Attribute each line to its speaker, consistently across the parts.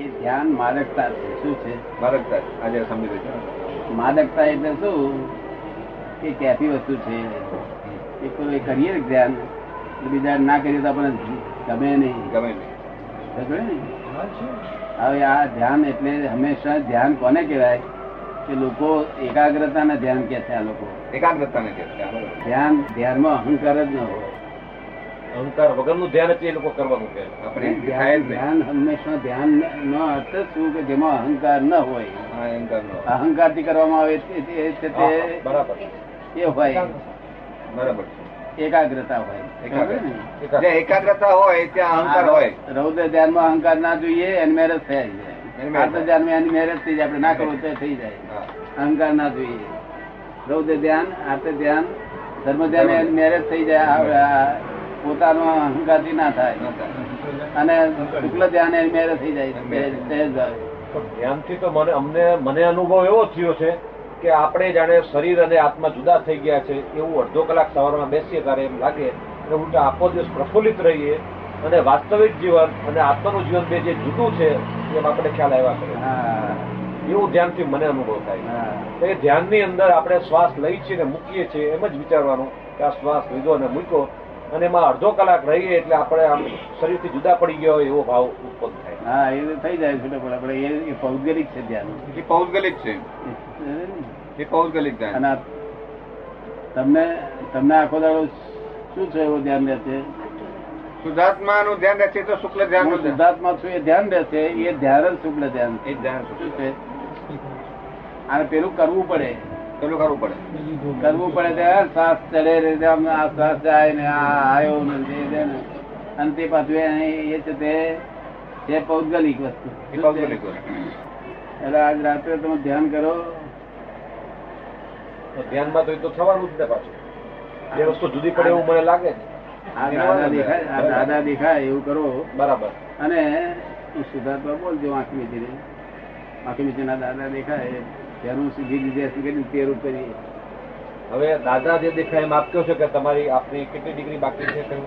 Speaker 1: એ ધ્યાન માદકતા છે શું છે
Speaker 2: મારકતા છે. આજે આ સમજી લેજો.
Speaker 1: માદકતા એટલે શું કે કેફી વસ્તુ છે એક તો એ કરીએ ને ધ્યાન એટલે બીજા ના કરીએ તો આપણને ગમે નહીં
Speaker 2: ગમે નહીં
Speaker 1: સમજ્યો ને? હવે આ ધ્યાન એટલે હંમેશા ધ્યાન કોને કહેવાય કે લોકો એકાગ્રતાને ધ્યાન કહે છે આ લોકો
Speaker 2: એકાગ્રતાને કહે છે. આ બરાબર.
Speaker 1: ધ્યાન ધ્યાનમાં અહંકાર જ ન હોય
Speaker 3: અહંકાર વગરનું ધ્યાન જ એ લોકો કરવાનું કે
Speaker 2: આપણે એ થાય જ
Speaker 1: ધ્યાન
Speaker 2: નહીં.
Speaker 1: ધ્યાન હંમેશા ધ્યાન નો અર્થ જ શું કે જેમાં અહંકાર ન હોય
Speaker 2: આ અહંકારનો.
Speaker 1: અહંકાર થી કરવામાં આવે તે- તે- તે-
Speaker 3: હા, હા,
Speaker 1: તે
Speaker 3: બરાબર
Speaker 1: એ હોય
Speaker 2: બરાબર છે.
Speaker 1: એકાગ્રતા હોય
Speaker 2: એકાગ્રતા.
Speaker 1: બરાબર ને?
Speaker 2: જ્યાં એકાગ્રતા હોય ત્યાં અહંકાર હોય
Speaker 1: આ રૌદ્ર ધ્યાનમાં અહંકાર ના જોઈએ એને મેરેજ થઈ
Speaker 2: એને
Speaker 1: જાય
Speaker 2: marriage.
Speaker 1: આત્મ ધ્યાનમાં એની marriage થઈ જાય આપણે ના કરવું તો થઈ જાય
Speaker 2: હા.
Speaker 1: અહંકાર ના જોઈએ રૌદ્ર ધ્યાન આત્મ ધ્યાન ધર્મ ધ્યાન એની marriage થઈ જાય આ- આ પોતાનો અહંકાર થી ના થાય
Speaker 2: ન થાય.
Speaker 1: અને શુક્લ ધ્યાન એની marriage થઈ જાય
Speaker 2: એની
Speaker 1: સહેજ-
Speaker 2: marriage.
Speaker 1: સહેજ ભાવે.
Speaker 3: પણ ધ્યાનથી તો મને અમને મને અનુભવ એવો થયો છે કે આપણે જાણે શરીર અને આત્મા જુદા થઈ ગયા છે એવું અડધો કલાક સવારમાં બેસીએ ત્યારે એમ લાગે કે ઉલટા આખો દિવસ પ્રફુલ્લિત રહીએ અને વાસ્તવિક જીવન અને આત્માનું જીવન બે જે જુદું છે એમ આપણે ખ્યાલ આવ્યા કરે
Speaker 1: હા
Speaker 3: એવું ધ્યાનથી મને અનુભવ થાય છે.
Speaker 1: હા
Speaker 3: તો એ ધ્યાનની અંદર આપણે શ્વાસ લઈએ છીએ ને મૂકીએ છીએ એમ જ વિચારવાનું કે આ શ્વાસ લીધો અને મૂક્યો અને એમાં અડધો કલાક રહીએ એટલે આપણે આમ શરીરથી જુદા પડી ગયા હોય એવો ભાવ ઉત્પન્ન થાય
Speaker 1: હા એ તો થઈ જાય છે પણ આપણે એ- એ પૌદ્ગલિક છે ધ્યાન
Speaker 2: એ પૌગલિક છે એ પૌગલિક ધ્યાન
Speaker 1: અને આ તમને તમને આખો દાડો શું છે એવું ધ્યાન રહેશે
Speaker 2: શુદ્ધાત્માનું ધ્યાન રાખીએ તો શુક્લ
Speaker 1: હું
Speaker 2: ધ્યાનનું ધ્યાન
Speaker 1: શુદ્ધાત્મા છું એ ધ્યાન રહેશે એ ધ્યાન જ શુક્લ ધ્યાન છે.
Speaker 2: એ જ ધ્યાન
Speaker 1: શું
Speaker 2: શુક્લ.
Speaker 1: છે અને પેલું કરવું પડે
Speaker 2: પેલું કરવું પડે
Speaker 1: કરવું પડે ત્યારે શ્વાસ ચડે રે તે આમ આ શ્વાસ જાય ને આ આયો ને તે તે ને અને તે પાછું એ- એ છે તે એ પૌદ્ગલિક વસ્તુ
Speaker 2: એ
Speaker 1: શું છે?
Speaker 2: પૌગલિક હોય.
Speaker 1: એટલે આજ રાત્રે તમે ધ્યાન કરો
Speaker 3: તો ધ્યાનમાં તો એ તો થવાનું જ ને પાછું બે વસ્તુ જુદી પડે એવું મને લાગે ને
Speaker 1: આ દાદા દેખાય આ દાદા દેખાય એવું કરો
Speaker 3: બરાબર
Speaker 1: અને હું સુધાર્થમાં બોલજો આંખ મીચીને આંખ મીચીના દાદા દેખાય ત્યારે હું સીધી લીધે શું કરી તેરું કરી
Speaker 3: હવે દાદા જે દેખાય એમ આપ કહો છો કે તમારી આપની કેટલી ડિગ્રી બાકી છે કહ્યું?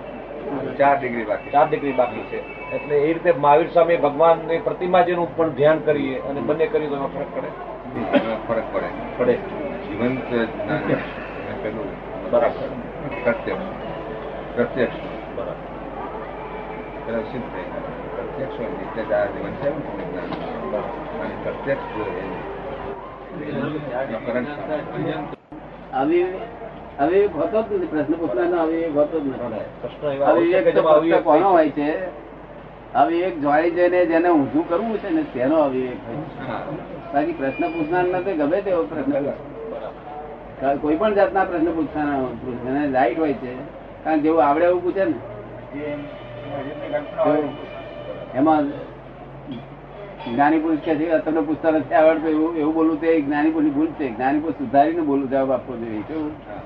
Speaker 2: ચાર ડિગ્રી બાકી
Speaker 3: ચાર ડિગ્રી બાકી છે એટલે એ રીતે મહાવીર સ્વામી ભગવાનની પ્રતિમા જેનું પણ ધ્યાન કરીએ અને બંને કરીએ તો એનો ફરક પડે
Speaker 2: ફરક પડે
Speaker 3: પડે
Speaker 2: જીવંત જ્ઞાન અને પેલું
Speaker 3: બરાબર
Speaker 2: પ્રત્યક્ષ પ્રત્યક્ષ
Speaker 3: બરાબર
Speaker 2: પેલા સિદ્ધ થઈ ગયા. પ્રત્યક્ષ હોય એટલે જ આ જીવન છે ને તમને જ્ઞાન અને પ્રત્યક્ષ જો એ એટલે કરંટ
Speaker 1: અવિવેક અવિવેક હોતો જ નથી પ્રશ્ન પૂછવાનો અવિવેક હોતો જ નથી
Speaker 3: પ્રશ્ન એવા હોય છે
Speaker 1: અવિવેક
Speaker 3: કે
Speaker 1: તો
Speaker 3: જેમાં
Speaker 1: ફક્ત
Speaker 3: અવિવેક
Speaker 1: કોનો
Speaker 3: હોય
Speaker 1: હોય છે અવિવેક જોઈ જઈને જેને ઊંધું કરવું છે ને તેનો અવિવેક હોય છે.
Speaker 2: હા.
Speaker 1: બાકી પ્રશ્ન પૂછનાર નથી ગમે તેવો પ્રશ્ન પૂછે.
Speaker 3: છે. બરાબર.
Speaker 1: કોઈ પણ જાતના પ્રશ્ન પૂછવાના પૂછવાના લાઈટ હોય છે કારણ કે જેવું આવડે એવું પૂછે ને તો એમાં જ્ઞાની પુરુષ કે છે તમને પૂછતા નથી આવડતું એવું એવું બોલવું તે જ્ઞાની પુરુષની ભૂલ છે જ્ઞાની પુરુષ સુધારીને બોલવું જવાબ આપવો જોઈએ કેવું?
Speaker 2: હા.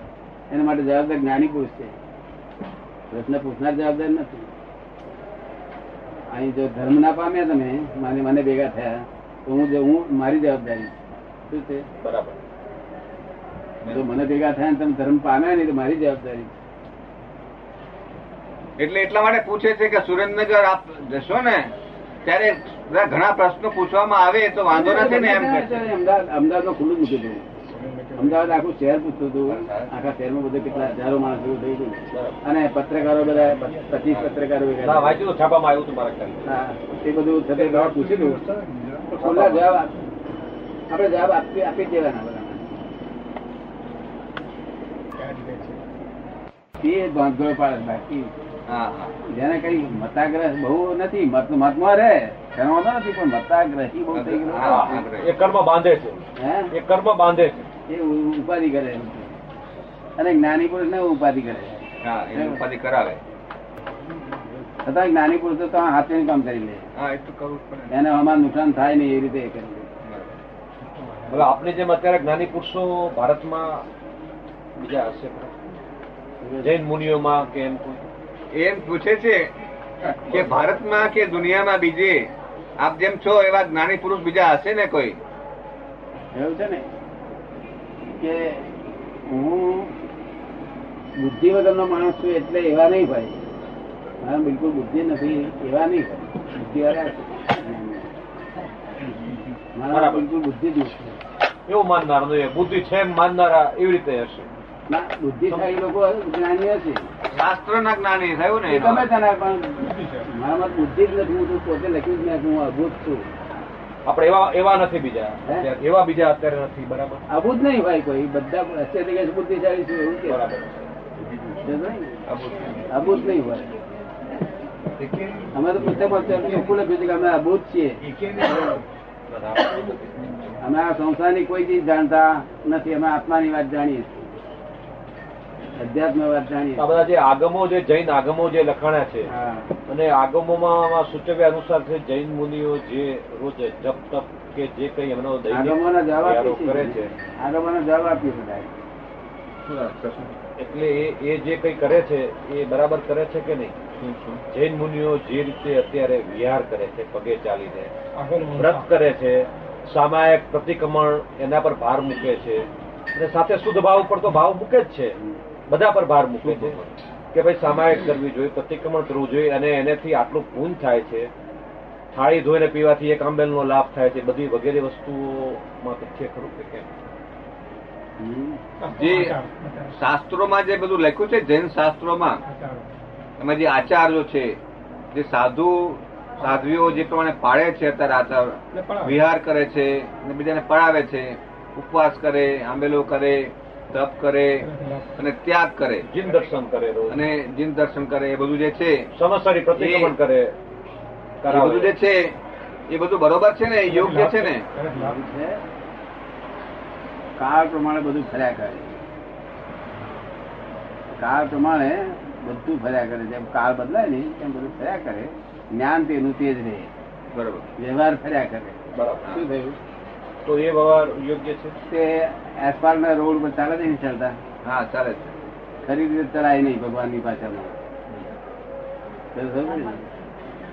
Speaker 1: એના માટે જવાબદાર જ્ઞાની પુરુષ છે પ્રશ્ન પૂછનાર જવાબદાર નથી અહીં જો ધર્મ ના પામ્યા તમે માને મને ભેગા થયા તો હું જે- હું મારી જવાબદારી છે. શું છે
Speaker 3: બરાબર
Speaker 1: જો મને ભેગા થયા ને તમે ધર્મ પામ્યા નહીં તો મારી જવાબદારી છે.
Speaker 2: એટલે એટલા માટે પૂછે છે કે સુરેન્દ્રનગર આપ જશો ને ત્યારે બધા ઘણા પ્રશ્નો પૂછવામાં આવે તો વાંધો નથી ને એમ કહે છે.
Speaker 1: અમદાવાદ અમદાવાદમાં ખુલ્લું મૂકી દીધું અમદાવાદ આખું શહેર પૂછતું હતું આખા શહેરમાં બધે કેટલા હજારો માણસ એવું થઈ ગયું અને પત્રકારો બધા પચીસ પત્રકારો
Speaker 3: ના
Speaker 1: ભેગા
Speaker 3: વાંચ્યું તો છાપામાં આવ્યું હતું મારા ખ્યાલમાં.
Speaker 1: હા, તે બધું થતે જવાબ પૂછી દઉં ખુલ્લા જવાબ આપ- આપણે જવાબ આપી આપી જ દેવાના બધાને. એ ભાંગધોળ પાડે બાકી
Speaker 2: હા હા
Speaker 1: જેને કઈ મતાગ્રહ બહુ નથી મત મતમાં રહે તેનો વાંધો નથી પણ મતાગ્રહી બહુ થઈ ગયો
Speaker 2: હા,
Speaker 3: એ કર્મ બાંધે છે
Speaker 1: હે
Speaker 3: એ કર્મ બાંધે છે
Speaker 1: એ ઉ- ઉપાધિ કરે અને જ્ઞાની પુરુષ ને ઉપાધિ કરે
Speaker 2: હા એની ઉપાધિ કરાવે
Speaker 1: છતાં જ્ઞાની પુરુષ તો ત્યાં હાથે કામ કરી લે
Speaker 2: હા એ તો કરવું જ પડે ને.
Speaker 1: એને અમારું નુકસાન થાય નહીં એ રીતે એ કરી લે
Speaker 2: બરાબર.
Speaker 3: હવે આપની જેમ અત્યારે જ્ઞાની પુરુષો ભારતમાં બીજા હશે જૈન મુનિઓમાં કે એમ કોઈ
Speaker 2: એમ પૂછે છે કે ભારતમાં કે દુનિયામાં બીજે આપ જેમ છો એવા જ્ઞાની પુરુષ બીજા હશે ને કોઈ
Speaker 1: એવું છે ને કે હું બુદ્ધિ વગરનો માણસ છું એટલે એવા નહીં ભાઈ મારા બિલકુલ બુદ્ધિ નથી એવા નહીં ભાઈ બુદ્ધિ વાળા છે. મારા
Speaker 3: બરાબર.
Speaker 1: બિલકુલ બુદ્ધિ જ નથી.
Speaker 3: એવું માનનાર નું એ બુદ્ધિ છે એમ માનનારા એવી રીતે હશે
Speaker 1: ના, બુદ્ધિશાળી લોકો જ્ઞાની હશે
Speaker 2: શાસ્ત્ર ના જ્ઞાની થયું ને
Speaker 1: એ
Speaker 2: એનો.
Speaker 1: ગમે તેના પણ મારામાં બુદ્ધિ જ નથી હું તો પોતે લખ્યું જ નથી હું અભૂત છું
Speaker 3: આપણે એવા એવા નથી બીજા
Speaker 1: હે?
Speaker 3: અત્યારે એવા બીજા અત્યારે નથી બરાબર
Speaker 1: અભૂત નહીં હોય કોઈ બધા હશે તે કહે છે બુદ્ધિશાળી છું એવું કે
Speaker 3: બરાબર
Speaker 1: અભૂત નહીં હોય અમે તો પુસ્તકમાં ચોખ્ખું લખ્યું છે કે અમે અભૂત છીએ અમે આ સંસારની કોઈ ચીજ જાણતા નથી અમે આત્માની વાત જાણીએ છીએ અધ્યાત્મ વાત જાણીએ
Speaker 3: આ બધા જે આગમો જે જૈન આગમો જે લખાણા છે
Speaker 1: છીએ. હા.
Speaker 3: અને આગમોમાં આમાં સૂચવ્યા અનુસાર છે જૈન મુનિઓ જે રોજ જપ તપ કે જે કઈ એમનો દૈનિક
Speaker 1: આગમોના જવાબ
Speaker 3: ક્રિયાઓ
Speaker 1: આપીએ
Speaker 3: કરે
Speaker 1: છીએ
Speaker 3: છે
Speaker 1: આગમોના જવાબ આપીએ બધા
Speaker 3: એટલે એ એ જે કઈ કરે છે એ બરાબર કરે છે કે નહીં જૈન મુનિઓ જે રીતે અત્યારે વિહાર કરે છે પગે ચાલીને વ્રત કરે છે સામાયિક પ્રતિક્રમણ એના પર ભાર મૂકે છે અને સાથે શુદ્ધ ભાવ પર તો ભાવ મૂકે જ છે બધા પર ભાર મૂકે છે કે ભાઈ સામાયિક કરવી જોઈએ પ્રતિક્રમણ કરવું જોઈએ અને એનાથી આટલું પૂન થાય છે થાળી ધોઈને પીવાથી એક આંબેલનો લાભ થાય છે બધી વગેરે વસ્તુઓમાં તથ્ય ખરું કે કેમ
Speaker 1: હમ.
Speaker 2: જે શાસ્ત્રોમાં જે બધું લખ્યું છે જૈન શાસ્ત્રોમાં એમાં જે આચાર્યો છે જે સાધુ સાધ્વીઓ જે પ્રમાણે પાળે છે અત્યારે આચાર વિહાર કરે છે અને બીજાને પડાવે છે ઉપવાસ કરે આંબેલો કરે તપ કરે અને ત્યાગ કરે
Speaker 3: જીન દર્શન કરે રોજ
Speaker 2: અને જીન દર્શન કરે એ બધું જે છે
Speaker 3: સમસ્યાની પ્રતિક્રમણ કરે
Speaker 2: એ બધું જે
Speaker 3: કરાવે
Speaker 2: છે એ બધું બરોબર છે ને યોગ્ય છે ને
Speaker 1: એવું છે. કાળ પ્રમાણે બધું ફર્યા કરે કાળ પ્રમાણે બધું ફર્યા કરે જેમ કાળ બદલાય ને તેમ બધું ફર્યા કરે જ્ઞાન તેનું તે જ રહે
Speaker 2: બરોબર
Speaker 1: વ્યવહાર ફર્યા કરે
Speaker 3: બરાબર
Speaker 1: શું થયું
Speaker 3: તો એ વ્યવહાર યોગ્ય છે
Speaker 1: તે એસપાલ ના રોડ પર ચાલે નહીં ચાલતા
Speaker 2: હા ચાલે છે
Speaker 1: ખરી રીતે ચલાય નહીં ભગવાનની પાછળમાં તો સમજ ને?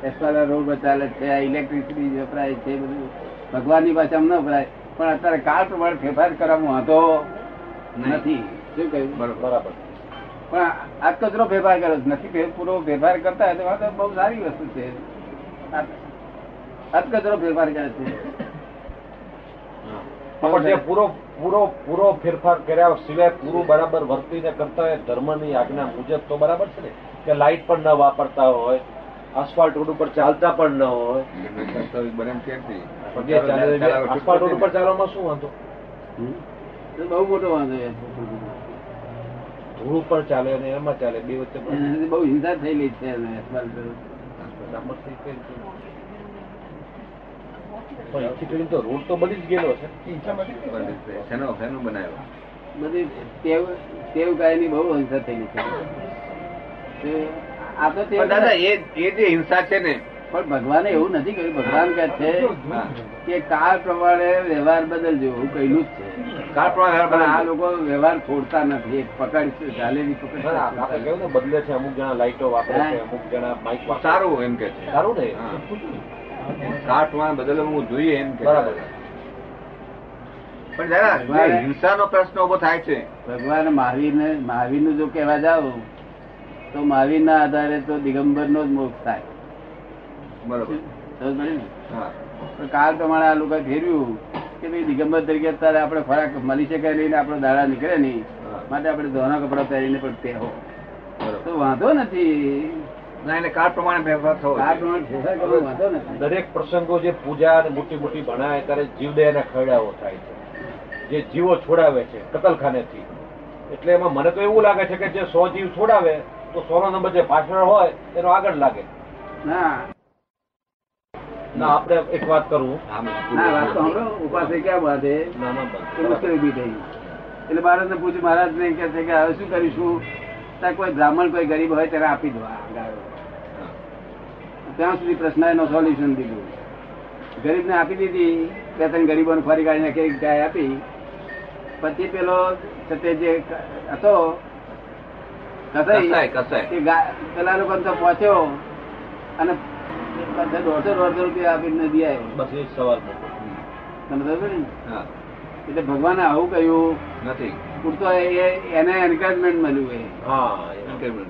Speaker 1: એસપાલ ના રોડ પર ચાલે છે આ ઇલેક્ટ્રિસિટી વપરાય છે બધું ભગવાનની પાછળમાં ન વપરાય પણ અત્યારે કાળ પ્રમાણે ફેરફાર કરવામાં હતો
Speaker 2: નહીં.
Speaker 1: નથી શું કહ્યું
Speaker 2: બરોબર
Speaker 3: બરાબર
Speaker 1: પણ આ કચરો ફેરફાર કર્યો છે. નથી ફેર- પૂરો ફેરફાર કરતા હોય તો આ તો બહુ સારી વસ્તુ છે આ કચરો ફેરફાર કરે છે
Speaker 3: પણ જે પૂરો પૂરો પૂરો ફેરફાર કર્યા સિવાય પૂરું બરાબર વર્તીને કરતા હોય ધર્મની આજ્ઞા મુજબ તો બરાબર છે ને કે લાઇટ પણ ન વાપરતા હોય આસફાલ્ટ રોડ ઉપર ચાલતા પણ ન હોય પગે ચાલે છે. આસફાલ્ટ રોડ ઉપર ચાલવામાં શું વાંધો
Speaker 1: હમ? તો બહુ મોટો વાંધો છે
Speaker 3: ધૂળ ઉપર ચાલે અને એમાં ચાલે બે વચ્ચે પણ
Speaker 1: એનાથી બહુ હિંસા થયેલી છે એને asphalt પર.
Speaker 3: સામર્થ્ય કઈ રીતે? પણ એથી કરીને તો રોડ તો બની જ ગયેલો છે
Speaker 4: શેનો શેનો બનાવ્યો
Speaker 1: બધી ટેવ ટેવ ગાયની બહુ હિંસા થયેલી છે તે- આ તો ટેવ
Speaker 2: પણ દાદા એ એ જે હિંસા છે ને
Speaker 1: પણ ભગવાને એવું નથી કહ્યું ભગવાન કહે છે
Speaker 2: હા.
Speaker 1: કે કાળ પ્રમાણે વ્યવહાર બદલજો એવું કહેલું જ છે
Speaker 2: કાળ પ્રમાણે વ્યવહાર
Speaker 1: પણ આ
Speaker 2: બદલજો.
Speaker 1: લોકો વ્યવહાર છોડતા નથી એક પકડ ચાલેલી પકડ
Speaker 3: ના, ના, આપણે કહ્યું ને બદલે છે અમુક જણા લાઇટો વાપરે છે અમુક જણા માઇક વાપરે છે.
Speaker 2: સારું એમ કે છે
Speaker 3: સારું ને
Speaker 2: હા. કાટમાં બદલવું જોઈએ એમ કે
Speaker 3: બરાબર.
Speaker 2: પણ દાદા જે હિંસાનો પ્રશ્ન ઉભો થાય છે
Speaker 1: ભગવાન મહાવીરને મહાવીરનું જો કહેવા જાવ તો મહાવીરના આધારે તો દિગંબરનો જ મોક્ષ થાય
Speaker 2: બરોબર
Speaker 1: સમજ પડી ને?
Speaker 2: હા
Speaker 1: પણ કાલ તમારે આ લોકો ફેર્યું કે ભાઈ દિગંબર તરીકે અત્યારે આપણે ખોરાક મળી શકે નહીં ને આપણો દાડા નીકળે નહીં માટે આપણે ધોના કપડાં પહેરીને પણ પહેરો
Speaker 2: બરોબર
Speaker 1: તો વાંધો નથી
Speaker 2: ના એટલે કાળ પ્રમાણે વ્યવહાર થવો
Speaker 1: આ
Speaker 2: જોઈએ.
Speaker 1: પ્રમાણે ફેરફાર કરવો વાંધો નથી
Speaker 3: દરેક પ્રસંગો જે પૂજા અને મોટી મોટી ભણાય ત્યારે જીવદયાના ખરડાઓ થાય છે જે જીવો છોડાવે છે કતલખાનેથી એટલે એમાં મને તો એવું લાગે છે કે જે સો જીવ છોડાવે તો સોનો નંબર જે પાછળ હોય એનો આગળ લાગે
Speaker 1: ના
Speaker 3: ના આપણે એક વાત કરું
Speaker 2: હા, બિલકુલ.
Speaker 1: ના વાત તો સાંભળો ઉપાસે ક્યાં બાંધે
Speaker 3: ના, ના,
Speaker 1: એ
Speaker 3: બસ.
Speaker 1: મુશ્કેલી ઊભી થઈ એટલે મહારાજને પૂછ્યું મહારાજ ને કહે છે કે હવે શું કરીશું ત્યાં કોઈ બ્રાહ્મણ કોઈ ગરીબ હોય ત્યારે આપી દો આ ગાળો. ત્યાં સુધી પ્રશ્ન એનો સોલ્યુશન દીધું ગરીબને આપી દીધી બે ત્રણ ગરીબોને ફરી કાઢીને કે ગાય આપી પછી પેલો સતે જે હતો
Speaker 2: કસાય
Speaker 1: કસાઈ
Speaker 2: કસાય
Speaker 1: એ ગા- પેલા લોકો તો પહોંચ્યો અને પાછા દોઢસો દોઢસો રૂપિયા આપીને નદી આવ્યો
Speaker 3: બસ એ જ સવાલ મોટો.
Speaker 1: તમને ખબર ને
Speaker 2: હા
Speaker 1: એટલે ભગવાને આવું કહ્યું
Speaker 2: નથી
Speaker 1: પૂરતો એ- એને એન્કરેજમેન્ટ મળ્યું એ
Speaker 3: હા એ.
Speaker 2: એમ કે મને.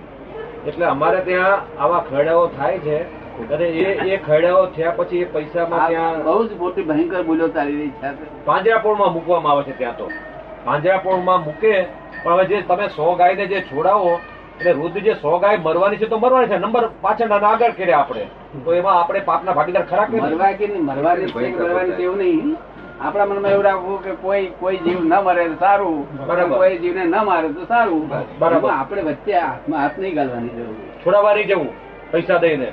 Speaker 3: એટલે અમારે ત્યાં આવા ખરડાઓ થાય છે અને એ એ ખરડાઓ થયા પછી એ પૈસામાં
Speaker 1: આ
Speaker 3: ત્યાં
Speaker 1: બહુ જ મોટી ભયંકર ભૂલો ચાલી રહી છે
Speaker 3: પાંજરાપોળમાં મૂકવામાં આવે છે ત્યાં તો પાંજરાપોળમાં મૂકે પણ હવે જે તમે સો ગાયને જે છોડાવો એટલે રોજ જે સો ગાય મરવાની છે તો મરવાની છે નંબર પાછળ અને આગળ કર્યા આપણે તો એમાં આપણે પાપના ભાગીદાર ખરા કે નહીં?
Speaker 1: મરવા કે નહીં મરવાની છે કે મરવાની છે એવું નહીં આપણા મનમાં એવું રાખવું કે કોઈ કોઈ જીવ ન મરે તો સારું
Speaker 3: બરાબર.
Speaker 1: કોઈ જીવને ન મારે તો સારું
Speaker 3: બરાબર.
Speaker 1: એમાં આપણે વચ્ચે હાથમાં હાથ નહીં ગાલવાની જરૂર
Speaker 3: છોડાવવા નહીં જવું પૈસા દઈને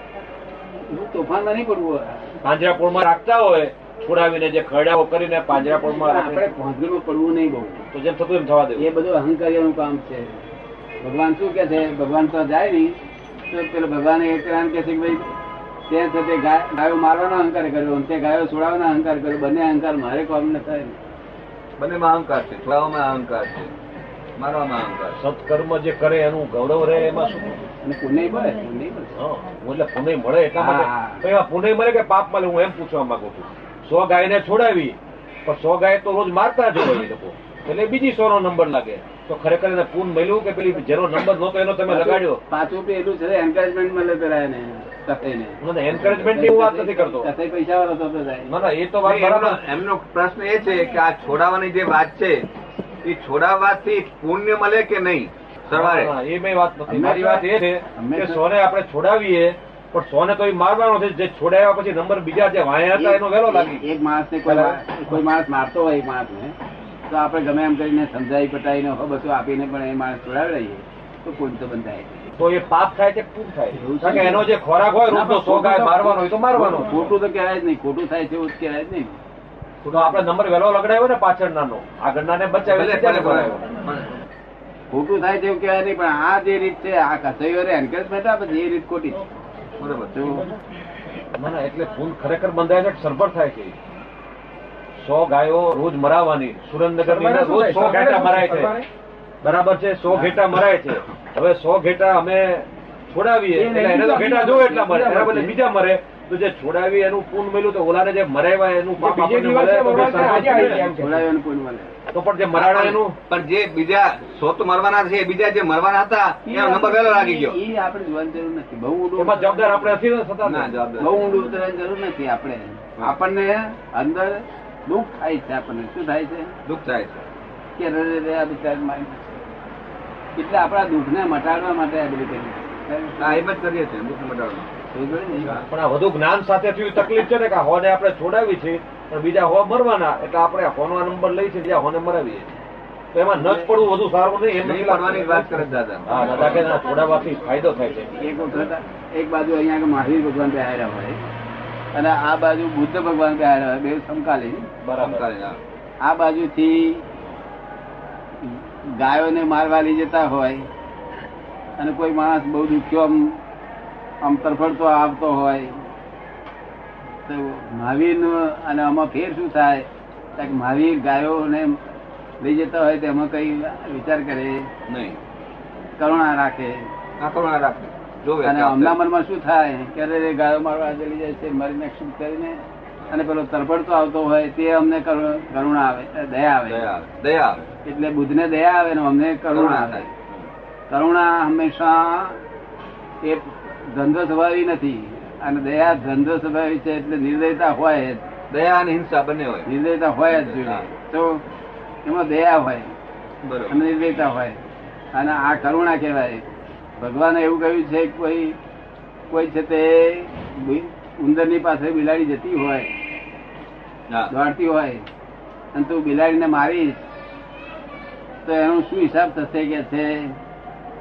Speaker 1: એવું તોફાનમાં નહીં પડવું
Speaker 3: પાંજરાપોળમાં રાખતા હોય છોડાવીને જે ખરડાઓ કરીને પાંજરાપોળમાં
Speaker 1: આપણે
Speaker 3: રાખે
Speaker 1: ભોંધળમાં પડવું નહીં બહુ
Speaker 3: તો જેમ થતું એમ થવા દેવું
Speaker 1: એ બધું અહંકારીઓનું કામ છે ભગવાન શું કે છે ભગવાન તો જાય નહીં તો પેલો ભગવાન એ કર્યા કે છે કે ભાઈ તે સાથે ગા- ગાયો મારવાનો અહંકાર કર્યો અને તે ગાયો છોડાવવાનો અહંકાર કર્યો બંને અહંકાર મારે કોમ ન થાય
Speaker 2: બંનેમાં અહંકાર છે છોડાવવામાં અહંકાર છે મારવામાં અહંકાર છે
Speaker 3: સત્કર્મ જે કરે એનું ગૌરવ રહે એમાં શું
Speaker 1: અને પુણ્ય મળે પુણ્ય મળે
Speaker 3: હા, હું એટલે પુણ્ય મળે એટલા
Speaker 1: હા.
Speaker 3: માટે તો એમાં પુણ્ય મળે કે પાપ મળે હું એમ પૂછવા માંગુ છું સો ગાયને છોડાવી પણ સો ગાય તો રોજ મારતા જ હોય એ લોકો એટલે બીજી સો નો નંબર લાગે તો ખરેખર એને પૂન મળ્યું કે પેલી જેનો નંબર નહોતો એનો તમે લગાડ્યો
Speaker 1: પાછું પેલું છે એન્કરેજમેન્ટ મળે પેલા એને કથઈને
Speaker 3: એન્કરેજમેન્ટ ની હું વાત નથી કરતો
Speaker 1: કથે પૈસા વાળો થતો જાય
Speaker 3: ના ના એ તો વાત બરાબર
Speaker 2: એમનો- એમનો પ્રશ્ન એ છે કે આ છોડાવવાની જે વાત છે એ છોડાવવાથી પુણ્ય મળે કે નહીં સરવારે
Speaker 3: હા, એ મેં વાત નથી
Speaker 1: અમે
Speaker 3: મારી વાત એ છે
Speaker 1: અમે
Speaker 3: કે
Speaker 1: તો-
Speaker 3: સોને આપણે છોડાવીએ પણ સોને તો એ મારવાનો છે જે છોડાવ્યા પછી નંબર બીજા જે વાયા હતા એનો વેલો લાગી
Speaker 1: એક માણસ ને કોઈ કોઈ માણસ મારતો હોય એક માણસ ને તો આપણે ગમે એમ કરીને સમજાવી પટાવીને હો બધું આપીને પણ એ માણસ છોડાવી રહીએ તો પૂન તો બંધાય નહીં.
Speaker 3: તો એ પાપ થાય કે પૂન થાય
Speaker 1: એવું છે?
Speaker 3: કારણ કે એનો જે ખોરાક હોય
Speaker 1: ના,
Speaker 3: રોજનો
Speaker 1: પણ
Speaker 3: સો ગાય
Speaker 1: ખોટું તો-
Speaker 3: મારવાનો હોય તો મારવાનો
Speaker 1: ખોટું તો કહેવાય જ નહીં ખોટું થાય છે એવું જ કહેવાય જ નહીં
Speaker 3: તો આપણે નંબર વહેલો લગડાવ્યો ને પાછળનાનો આગળનાને બચાવ્યો
Speaker 2: ભલે,
Speaker 3: બીજાને
Speaker 2: ભલે, ભલે.
Speaker 3: ભરાવ્યો.
Speaker 1: ખોટું થાય છે એવું કહેવાય નહીં પણ આ જે રીત છે આ કસાઈઓને એન્કરેજમેન્ટ આપે છે એ રીત ખોટી છે
Speaker 2: બરોબર છે.
Speaker 1: જો
Speaker 3: ના ના એટલે ભૂલ ખરેખર બંધાય છે સરભર થાય છે સો ગાયો રોજ મરાવાની સુરેન્દ્રનગરની ને રોજ સો ઘેટા મરાય છે બરાબર છે સો ઘેટા મરાય છે હવે સો ઘેટા અમે છોડાવીએ એટલે એને તો ઘેટા જોવે એટલા મરે એના બદલે બીજા મરે તો જે છોડાવી એનું પૂન મળ્યું તો ઓલાને જે મરાવ્યા એનું પાપ આપણને મળે તો જે સરભર
Speaker 1: છોડાવ્યાનું પૂન મળે
Speaker 3: તો પણ જે મરાણા એનું
Speaker 2: પણ જે બીજા સો તો મરવાના છે બીજા જે મરવાના હતા એનો નંબર વહેલો લાગી ગયો
Speaker 1: એ આપણે જોવાની જરૂર નથી બહુ ઊંડું
Speaker 3: એમાં જવાબદાર આપણે નથી ને થતા
Speaker 2: ના
Speaker 3: ને?
Speaker 1: બહુ
Speaker 2: જવાબદાર
Speaker 1: ઊંડું ઉતરવાની જરૂર નથી આપણે આપણને અંદર દુઃખ થાય છે આપણને શું થાય છે
Speaker 2: દુઃખ થાય છે
Speaker 1: કે રે રે રે આ બિચાર મારી એટલે આપણા દુઃખને મટાડવા માટે આ બધું કર્યું
Speaker 2: હા એમ જ કરીએ છીએ દુઃખ મટાડવાનું
Speaker 1: સમજ પડી ને?
Speaker 3: પણ આ વધુ જ્ઞાન સાથે થયું તકલીફ છે ને કે આ હોને આપણે છોડાવી છે પણ બીજા હો મરવાના એટલે આપણે હોનો આ નંબર લઈ છે બીજા હોને મરાવીએ તો એમાં ન જ પડવું વધુ સારું નહીં એમ
Speaker 2: નહીં
Speaker 3: નથી
Speaker 2: પડવાની
Speaker 3: લાગતું.
Speaker 2: વાત કરે છે દાદા
Speaker 3: હા દાદા કે ના છોડાવવાથી ફાયદો થાય છે
Speaker 1: એક વખત એક બાજુ અહીંયા આગળ મહાવીર ભગવાન બેહાડ્યા હોય અને આ બાજુ બુદ્ધ ભગવાન બેહાડ્યા હોય બે સમકાલીન
Speaker 3: બરાબર
Speaker 2: સમકાલીન, હા.
Speaker 1: આ બાજુથી ગાયોને મારવા લઈ જતા હોય અને કોઈ માણસ બહુ દુખ્યો આમ આમ તરફડતો આવતો હોય તો મહાવીરનો અને આમાં ફેર શું થાય તો કે મહાવીર ગાયોને લઈ જતા હોય તો એમાં કઈ વિચાર કરે
Speaker 2: નહીં
Speaker 1: કરુણા રાખે
Speaker 2: આ કરુણા રાખે જોવે
Speaker 1: અને
Speaker 2: કે આપણે-
Speaker 1: હમણાં મનમાં શું થાય કે અરે રે ગાયો મારવા જઈ જાય છે મરીને શું કરીને અને પેલો તરફડતો આવતો હોય તે અમને કરુ- કરુણા આવે અ, દયા આવે
Speaker 2: દયા આવે દયા આવે
Speaker 1: એટલે બુદ્ધને દયા આવે ને અમને કરુણા
Speaker 2: કરુણા
Speaker 1: આવે
Speaker 2: થાય
Speaker 1: કરુણા હંમેશા એ ધંધો સ્વભાવી નથી અને દયા ધંધો સ્વભાવી છે એટલે નિર્દયતા હોય જ
Speaker 2: દયા અને હિંસા બંને હોય
Speaker 1: નિર્દયતા હોય જ જોઈએ તો એમાં દયા હોય
Speaker 2: બરોબર
Speaker 1: અને નિર્દયતા હોય અને આ કરુણા કહેવાય ભગવાને એવું કહ્યું છે કે કોઈ કોઈ છે તે બિ- ઉંદરની પાસે બિલાડી જતી હોય
Speaker 2: હા
Speaker 1: દોડતી હોય અને તું બિલાડીને મારીશ તો એનો શું હિસાબ થશે કે છે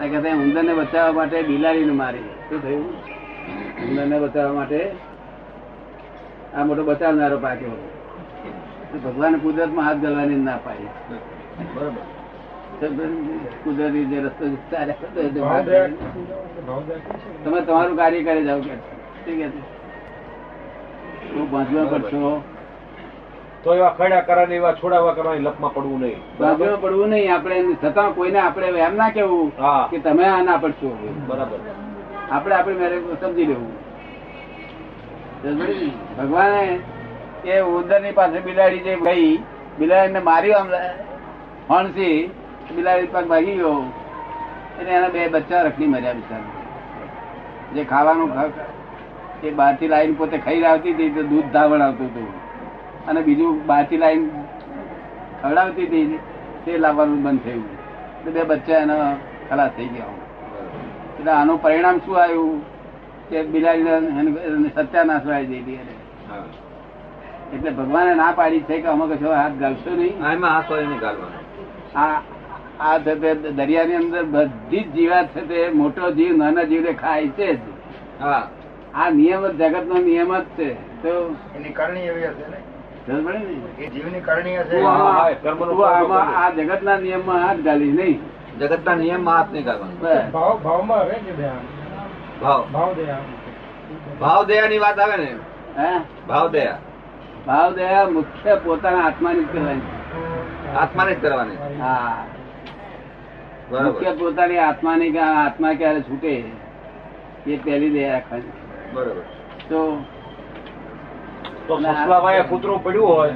Speaker 1: તો કે તે ઉંદરને બચાવવા માટે બિલાડીને મારી શું થયું ઉંદરને બચાવવા માટે આ મોટો બચાવનારો પાક્યો તો ભગવાન કુદરતમાં હાથ ગલવાની ના પાડી
Speaker 2: બરોબર
Speaker 1: તો કુદરતી જે રસ્તો ચાલે તો એ હાથ ગલવાની. તમે તમારું કાર્ય કરી જાઓ કે શું કે છે? હું પહોંચવા પડશો
Speaker 3: તો એવા ખડા કરવાની એવા છોડાવવા કરવાની લપમાં પડવું નહીં
Speaker 1: બાજુમાં પડવું નહીં આપણે છતાં કોઈને આપણે એમ ના કેવું
Speaker 3: હા
Speaker 1: કે તમે આ ના પડશો
Speaker 3: બરાબર
Speaker 1: આપણે આપણી મેરે સમજી લેવું સમજ્યું ને? ભગવાને એ ઉંદરની પાસે બિલાડી જે ગઈ બિલાડીને માર્યો આમ ફણસી બિલાડી પાક ભાગી ગયો એટલે એના બે બચ્ચા રખડી મર્યા બિચારા જે ખાવાનું ખા- એ બહારથી લાઈન પોતે ખાઈ આવતી હતી તો દૂધ ધાવણ આવતું હતું અને બીજું બહારથી લાઈન ખવડાવતી હતી તે લાવવાનું બંધ થયું એટલે બે બચ્ચા એના ખલાસ થઈ ગયા એટલે આનું પરિણામ શું આવ્યું કે બિલાડીને સત્યાનાશ વાળી દીધી એને.
Speaker 2: હા.
Speaker 1: એટલે ભગવાને ના પાડી છે કે અમે કશો હાથ ગાલશો નહીં
Speaker 2: હા, એમાં આ સોય નહીં ગાળવાનો.
Speaker 1: આ આ છે તે દરિયાની અંદર બધી જ જીવાત છે તે મોટો જીવ નાના જીવને ખાય છે જ
Speaker 2: હા
Speaker 1: આ નિયમ જ જગતનો નિયમ જ છે તો
Speaker 4: એની કરણી એવી હશે ને
Speaker 1: ખબર પડે ને
Speaker 4: એ જીવની કરણી હશે
Speaker 1: તું
Speaker 3: હા, એ
Speaker 1: આમાં-
Speaker 3: કર્મનો
Speaker 1: તું આમાં
Speaker 3: ફળ
Speaker 1: આ જગતના નિયમમાં હાથ ગાલીશ નહીં
Speaker 2: જગતના નિયમમાં હાથ નહીં ગાળવાનો.
Speaker 1: બસ.
Speaker 5: ભાવ ભાવમાં આવે છે દયા
Speaker 2: ભાવ
Speaker 5: ભાવ દયા
Speaker 2: ભાવ દયાની વાત આવે ને
Speaker 1: હે
Speaker 2: ભાવ દયા
Speaker 1: ભાવ દયા મુખ્ય પોતાના આત્માની જ કરવાની
Speaker 2: આત્માને જ કરવાની
Speaker 1: હા મુખ્ય
Speaker 2: બરોબર
Speaker 1: પોતાની આત્માની કે આ આત્મા ક્યારે છૂટે એ પહેલી દયા રાખવાની
Speaker 2: બરોબર
Speaker 1: તો
Speaker 3: તો સસલામાં એ કૂતરું પડ્યું હોય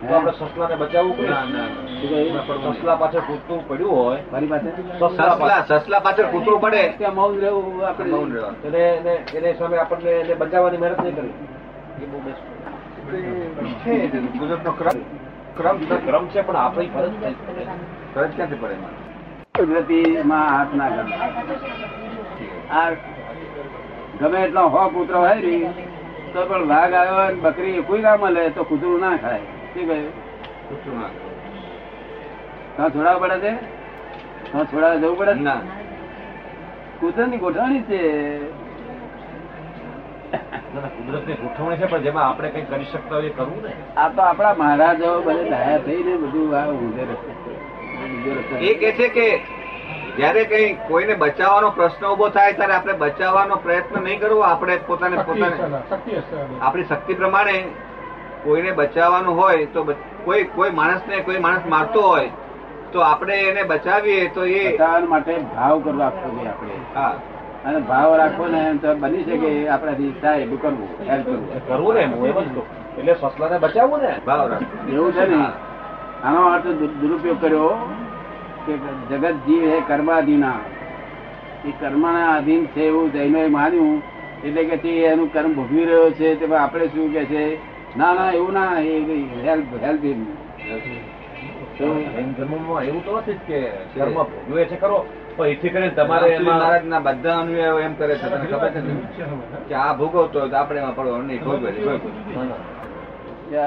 Speaker 3: તો આપણે સસલાને બચાવવું પડે
Speaker 2: ના, ના, ના.
Speaker 1: શું કહ્યું?
Speaker 2: એમાં પડવું નહીં.
Speaker 3: સસલા પાછળ કૂતરું પડ્યું હોય
Speaker 1: મારી પાસે
Speaker 3: સસલા પાછળ
Speaker 2: સસલા સસલા પાછળ કૂતરું પડે
Speaker 1: ત્યાં મૌન રહેવું આપણે
Speaker 2: મૌન રહેવાનું.
Speaker 3: એને એને એને સામે આપણને એને બચાવવાની મહેનત નહીં કરવી એ બહુ best.
Speaker 4: છે જ. ગુજરાતનો ક્રમ
Speaker 3: ક્રમ છે, ક્રમ છે પણ આપણી ફરજ છે.
Speaker 2: ફરજ ક્યાંથી પડે એમાં
Speaker 1: કુદરતીમાં હાથ ના ગમે આ ગમે એટલો હો કૂતરો હોય ને તો પણ વાઘ આવ્યો અને બકરી કોઈ ના મળે તો કૂતરું ના ખાય શું કહ્યું
Speaker 2: કૂતરું ના
Speaker 1: ત્યાં છોડાવવા પડે છે ત્યાં છોડાવવા જવું પડે
Speaker 2: કરે.
Speaker 1: છે?
Speaker 2: ના
Speaker 1: કૂતરની ગોઠવણી છે
Speaker 3: ના, ના, કુદરતની ગોઠવણી છે પણ જેમાં આપણે કંઈ કરી શકતા હોય એ કરવું ને
Speaker 1: આ તો આપણા મહારાજાઓ બધે ડાયા થઈને બધું આ ઊંધે રસ્તે બીજો રસ્તો
Speaker 2: એ કે છે કે જ્યારે કઈ કોઈને બચાવવાનો પ્રશ્ન ઉભો થાય ત્યારે આપણે બચાવવાનો પ્રયત્ન નહીં કરવો આપણે પોતાને
Speaker 5: શક્તિ
Speaker 2: પોતાને
Speaker 5: સલાહ, શક્તિ સલાહ.
Speaker 2: આપણી શક્તિ પ્રમાણે કોઈને બચાવવાનું હોય તો બ- કોઈ કોઈ માણસને કોઈ માણસ મારતો હોય તો આપણે એને બચાવીએ તો એ
Speaker 1: બચાવવા માટે ભાવ કરવો આપવો જોઈએ આપણે
Speaker 2: હા
Speaker 1: અને ભાવ રાખવો ને તો બની શકે આપણાથી થાય એટલું કરવું હેલ્પ કરવું
Speaker 3: કરવું ને હું એમ જ કહું એટલે સસલાને બચાવવું ને
Speaker 2: ભાવ રાખો
Speaker 1: એવું છે ને આનો અર્થ દુ- દુરુપયોગ કર્યો કે જગત જીવ હે કર્માધીના એ કર્મના અધીન છે એવું જૈનોએ માન્યું એટલે કે તે એનું કર્મ ભોગવી રહ્યો છે તેમાં આપણે શું કે છે ના ના એવું ના એ હેલ્પ હેલ્પ હિમ
Speaker 3: તો જૈન ધર્મમાં એવું તો નથી જ કે કર્મ ભોગવે છે ખરો પણ એથી કરીને તમારે
Speaker 2: તમારે
Speaker 3: એમાં
Speaker 2: મહારાજના બધા અનુયાયીઓ એમ કરે છે તને ખબર છે ને
Speaker 5: ઈચ્છા હોય.
Speaker 2: કે આ ભોગવતો હોય તો આપણે એમાં પડવાનું નહીં ભોગવે છે, ભોગવે છે.
Speaker 3: ના, ના.
Speaker 1: જય